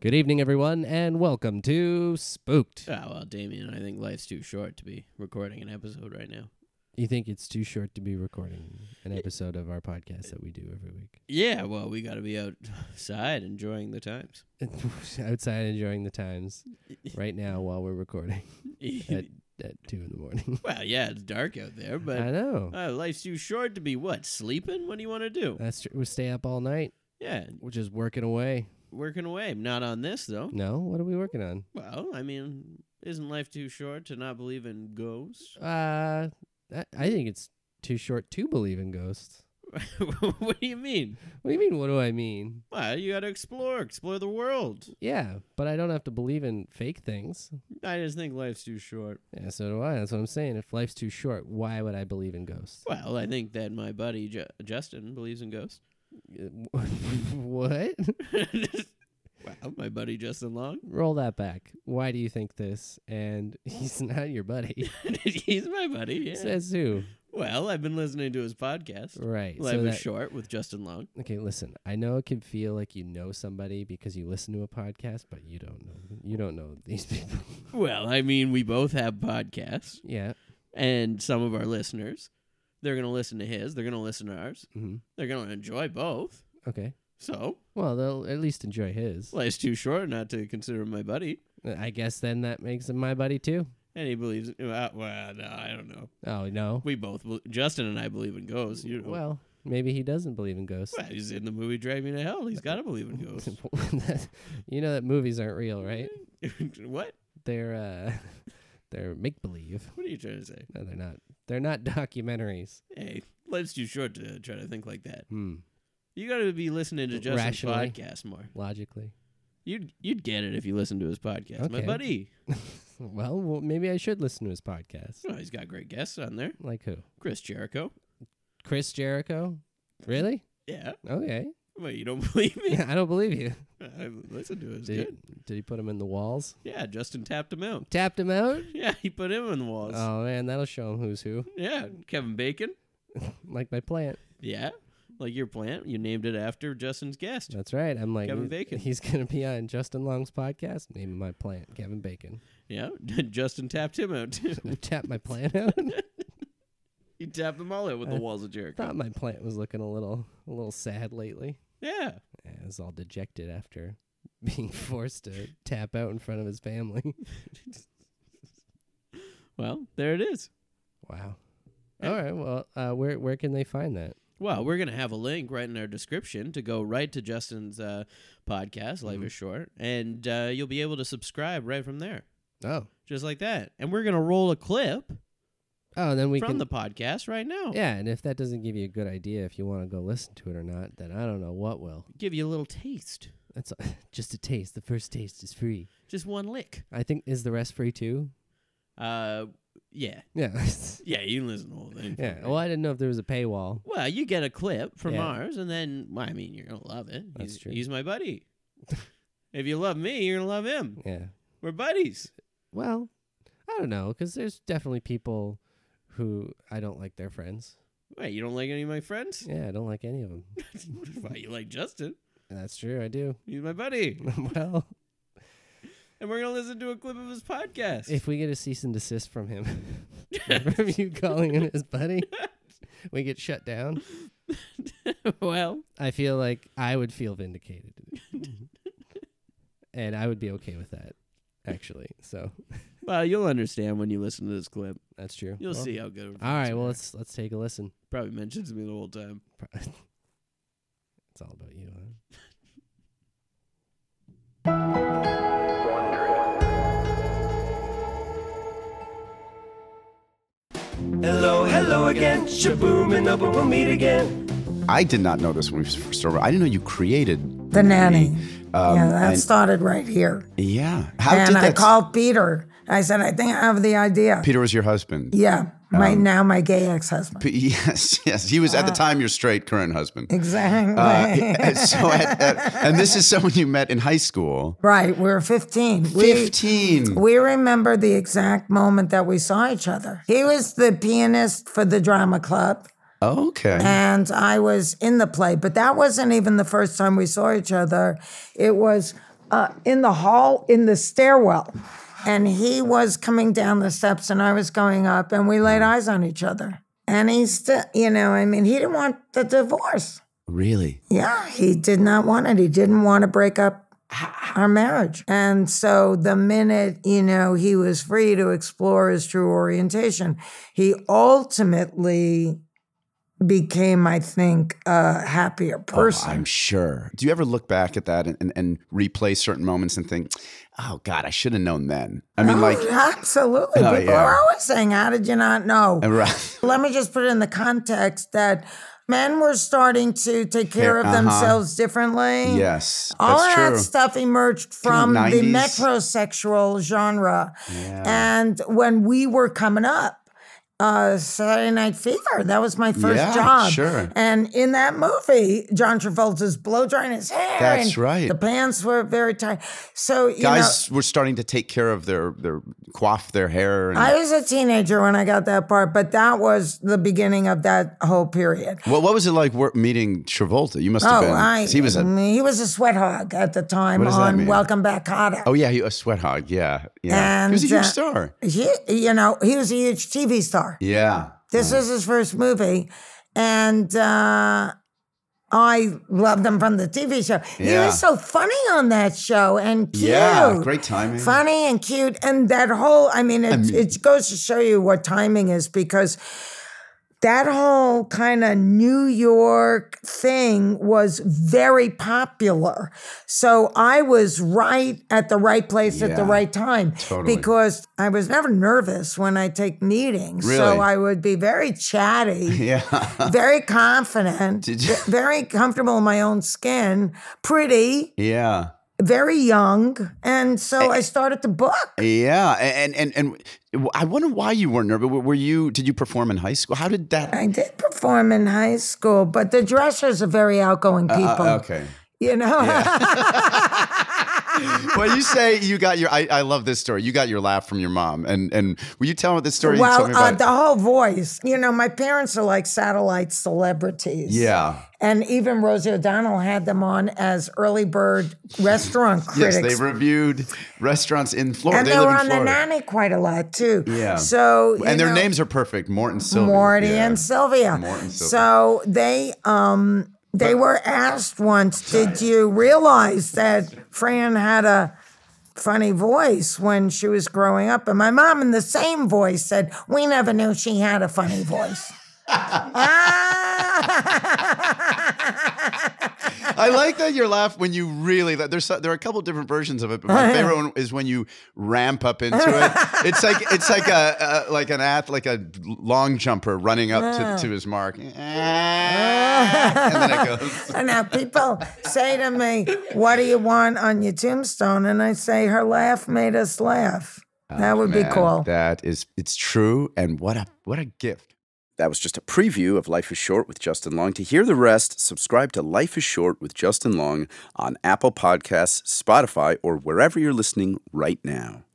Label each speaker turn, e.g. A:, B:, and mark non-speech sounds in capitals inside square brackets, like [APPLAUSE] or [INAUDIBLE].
A: Good evening, everyone, and welcome to Spooked.
B: Ah, well, Damien, I think life's too short to be recording an episode right now.
A: You think it's too short to be recording an episode of our podcast that we do every week? [LAUGHS]
B: Yeah, well, we got to be outside enjoying the times.
A: Outside enjoying the times right now while we're recording [LAUGHS] at, at 2 in the morning.
B: [LAUGHS] well, yeah, it's dark out there,
A: I Uh,
B: but
A: know.
B: uh, life's too short to be what? Sleeping? What do you want to do?
A: That's true. We stay up all night.
B: Yeah,
A: We're just working away.
B: working away. Not on this, though.
A: No? What are we working on?
B: Well, I mean, isn't life too short to not believe in ghosts? [LAUGHS]
A: Uh, I, I think it's too short to believe in ghosts.
B: what do you mean?
A: What do you mean, what do I mean?
B: Well, you got to explore, explore the world.
A: Yeah, but I don't have to believe in fake things.
B: I just think life's too short.
A: Yeah, so do I. That's what I'm saying. If life's too short, why would I believe in ghosts?
B: Well, I think that my buddy Ju- Justin believes in ghosts.
A: Uh, wh- [LAUGHS] what?
B: [LAUGHS] wow, my buddy Justin Long. [LAUGHS]
A: Roll that back. Why do you think this? And [LAUGHS] he's not your buddy.
B: He's my buddy. Yeah.
A: Says who?
B: well, I've been listening to his podcast.
A: Right.
B: Life
A: so
B: is
A: that-
B: short with Justin Long.
A: okay, listen. I know it can feel like you know somebody because you listen to a podcast, but you don't know. You don't know these [LAUGHS] people.
B: Well, I mean, we both have podcasts,
A: yeah.
B: and some of our listeners, they're gonna listen to his. They're gonna listen to ours.
A: hmm
B: They're gonna enjoy both.
A: Okay.
B: So
A: Well, they'll at least enjoy his.
B: life's too short not to consider him my buddy,
A: I guess then that makes him my buddy too.
B: and he believes. Uh, well, no, I don't know.
A: Oh no.
B: We both, bel- Justin and I, believe in ghosts. You know.
A: Well, maybe he doesn't believe in ghosts.
B: Well, he's in the movie Drag Me to Hell. He's got to believe in ghosts.
A: you know [LAUGHS] that movies aren't real, right?
B: [LAUGHS] what?
A: They're uh [LAUGHS] they're make believe.
B: What are you trying to say?
A: No, they're not. They're not [LAUGHS] documentaries.
B: Hey, life's too short to try to think like that.
A: Hmm.
B: You got to be listening to Justin's
A: Rationally.
B: podcast more.
A: Logically.
B: You'd you'd get it if you listened to his podcast, my
A: Okay.
B: buddy.
A: Well, well, maybe I should listen to his podcast.
B: Oh, he's got great guests on there.
A: Like who?
B: Chris Jericho.
A: Chris Jericho? Really?
B: Yeah. [LAUGHS]
A: Okay. [LAUGHS]
B: Well, you don't believe me?
A: I don't believe you.
B: I listened to it. It was
A: Did,
B: good.
A: did he put him in the walls?
B: Yeah, Justin tapped him out.
A: Tapped him out?
B: Yeah, he put him on the walls.
A: Oh man, that'll show him who's who.
B: Yeah, Kevin Bacon.
A: Like my plant.
B: Yeah, like your plant. You named it after Justin's guest.
A: That's right. I'm like
B: Kevin
A: he's-
B: Bacon.
A: He's gonna be on Justin Long's podcast. Name my plant Kevin Bacon.
B: Yeah, [LAUGHS] Justin tapped him out [LAUGHS] too.
A: Tap my plant out. [LAUGHS]
B: He tapped them all out
A: Uh,
B: with the walls of Jericho.
A: Thought my plant was looking a little a little sad lately.
B: Yeah.
A: Yeah, I was all dejected after [LAUGHS] being forced to tap out in front of his family.
B: Well, there it is.
A: [LAUGHS] Wow. All right. Well, uh, where where can they find that?
B: Well, we're going to have a link right in our description to go right to Justin's uh, podcast,
A: Mm-hmm.
B: Life is Short, and uh, you'll be able to subscribe right from there,
A: Oh.
B: just like that. And we're going to roll a clip
A: Oh, then we
B: from
A: can.
B: the podcast right now.
A: yeah, and if that doesn't give you a good idea if you want to go listen to it or not, then I don't know what will.
B: Give you a little taste,
A: That's just a [LAUGHS] taste. The first taste is free.
B: just one lick.
A: I think is the rest free too.
B: Uh, yeah,
A: Yeah.
B: yeah, you can listen to the whole thing.
A: [LAUGHS] yeah. Well, I didn't know if there was a paywall.
B: Well, you get a clip from
A: Yeah.
B: ours, and then well, I mean, you're gonna love it.
A: That's
B: he's,
A: true.
B: He's
A: [LAUGHS]
B: my buddy. if you love me, you're gonna love him.
A: Yeah. [LAUGHS]
B: We're buddies.
A: Well, I don't know, 'cause there's definitely people who I don't like their friends.
B: Wait, you don't like any of
A: [LAUGHS]
B: my friends? [LAUGHS]
A: Yeah, I don't like any of them.
B: Why you like Justin?
A: That's true. I do.
B: He's my [LAUGHS] buddy,
A: well,
B: and we're gonna listen to a clip of his podcast.
A: if we get a cease and desist from him, [LAUGHS] from you calling him his buddy, we get shut down.
B: well,
A: I feel like I would feel vindicated, and I would be okay with that. Actually, so
B: [LAUGHS] well, you'll understand when you listen to this clip.
A: that's true.
B: You'll
A: Well,
B: see how good.
A: All right. Well,
B: are.
A: let's let's take a listen. [LAUGHS]
B: probably mentions me the whole time.
A: Pro- it's all about you. Huh?
C: Hello, hello again. Shaboom and up we'll meet again.
D: I did not know this when we first started. I didn't know you created.
E: The nanny.
D: Um,
E: yeah, that
D: and-
E: started right here.
D: yeah. How
E: and
D: did
E: I
D: that?
E: called Peter. I said, I think I have the idea.
D: Peter was your husband.
E: yeah, my now my gay ex husband.
D: Um, P- [LAUGHS] yes, yes. He was at the
E: Uh,
D: time your straight current husband.
E: [LAUGHS]
D: [LAUGHS]
E: exactly.
D: Uh, and so, at, at, and this is someone you met in high school.
E: [LAUGHS] right. We were 15. We-
D: Fifteen.
E: We, remember the exact moment that we saw each other. He was the pianist for the drama club,
D: okay.
E: and I was in the play, but that wasn't even the first time we saw each other. It was uh, in the hall in the stairwell. And he was coming down the steps and I was going up and we laid eyes on each other. And he still, you know, I mean, he didn't want the divorce.
D: Really?
E: Yeah, he did not want it. He didn't want to break up h- our marriage. And so the minute, you know, he was free to explore his true orientation, he ultimately became, I think, a happier person.
D: Oh, I'm sure. Do you ever look back at that and, and, and replay certain moments and think, oh God, I should have known then? I mean,
E: Oh, [LAUGHS]
D: like, [LAUGHS]
E: absolutely.
D: Oh,
E: People
D: yeah.
E: are always saying, How did you not know?
D: right.
E: Let me just put it in the context that men were starting to take care of
D: Uh-huh.
E: themselves differently.
D: Yes.
E: All
D: that's
E: that
D: true.
E: stuff emerged from the
D: 90s.
E: metrosexual genre.
D: Yeah.
E: And when we were coming up, uh, Saturday Night Fever, that was my first
D: Yeah,
E: job.
D: sure.
E: And in that movie, John Travolta's blow drying his hair.
D: That's
E: and
D: right.
E: The pants were very tight. So, you know,
D: Guys were starting to take care of their, their quaff their hair. And,
E: I was a teenager when I got that part, but that was the beginning of that whole period. Oh,
D: well, what was it like wor- meeting Travolta? You must have been. 'cause he was a,
E: he was a sweat hog at the time
D: What does that
E: on
D: mean?
E: Welcome Back, Hotter.
D: oh yeah, he, a sweat hog. Yeah. Yeah. he was a
E: And,
D: huge
E: uh,
D: star.
E: He, you know, he was a huge TV star.
D: Yeah.
E: This is his first movie, and uh, I loved him from the TV show. He
D: Yeah.
E: was so funny on that show and cute.
D: Yeah. Great timing.
E: Funny and cute, and that whole—I mean, it, it goes to show you what timing is because that whole kind of New York thing was very popular. So I was right at the right place at the
D: Yeah,
E: right time
D: totally.
E: because I was never nervous when I take meetings. So
D: Really?
E: I would be very chatty,
D: [LAUGHS] [LAUGHS] Yeah.
E: very confident,
D: Did you- [LAUGHS]
E: ve- very comfortable in my own skin, pretty,
D: yeah.
E: very young. And so I started to book.
D: Yeah, and and and and I wonder why you weren't nervous. Were you? Did you perform in high school? How did
E: [LAUGHS]
D: that?
E: I did perform in high school, but the dressers are very outgoing people.
D: Uh, okay.
E: You know? [LAUGHS]
D: Well, you say you got your. I, I love this story. You got your laugh from your mom, and and will you tell me this story? you
E: Well,
D: told me
E: uh,
D: about?
E: the whole voice. You know, my parents are like satellite celebrities.
D: yeah,
E: And even Rosie O'Donnell had them on as early bird restaurant critics.
D: yes, they reviewed restaurants in Florida.
E: and
D: they
E: they, were
D: live
E: on
D: in
E: the
D: Florida.
E: nanny quite a lot too.
D: Yeah.
E: So you
D: and their
E: know,
D: names are perfect. Morton Sylvia.
E: Morty
D: yeah. [LAUGHS]
E: and Sylvia.
D: Mort and Sylvia.
E: So they um they were asked once, did you realize that Fran had a funny voice when she was growing up? And my mom in the same voice said, We never knew she had a
D: [LAUGHS]
E: funny voice. Ah!
D: I like that your laugh when you really. There's so- there are a couple different versions of it, but my favorite one is when you ramp up into
E: [LAUGHS]
D: it. It's like it's like a, a like an ath like a long jumper running up to, to his
E: [LAUGHS]
D: mark, and then it goes.
E: And now people say to me, What do you want on your tombstone? And I say, Her laugh made us laugh. that would be
D: Oh, Man,
E: cool.
D: That is, it's true, and what a what a gift.
F: That was just a preview of Life is Short with Justin Long. To hear the rest, subscribe to Life is Short with Justin Long on Apple Podcasts, Spotify, or wherever you're listening right now.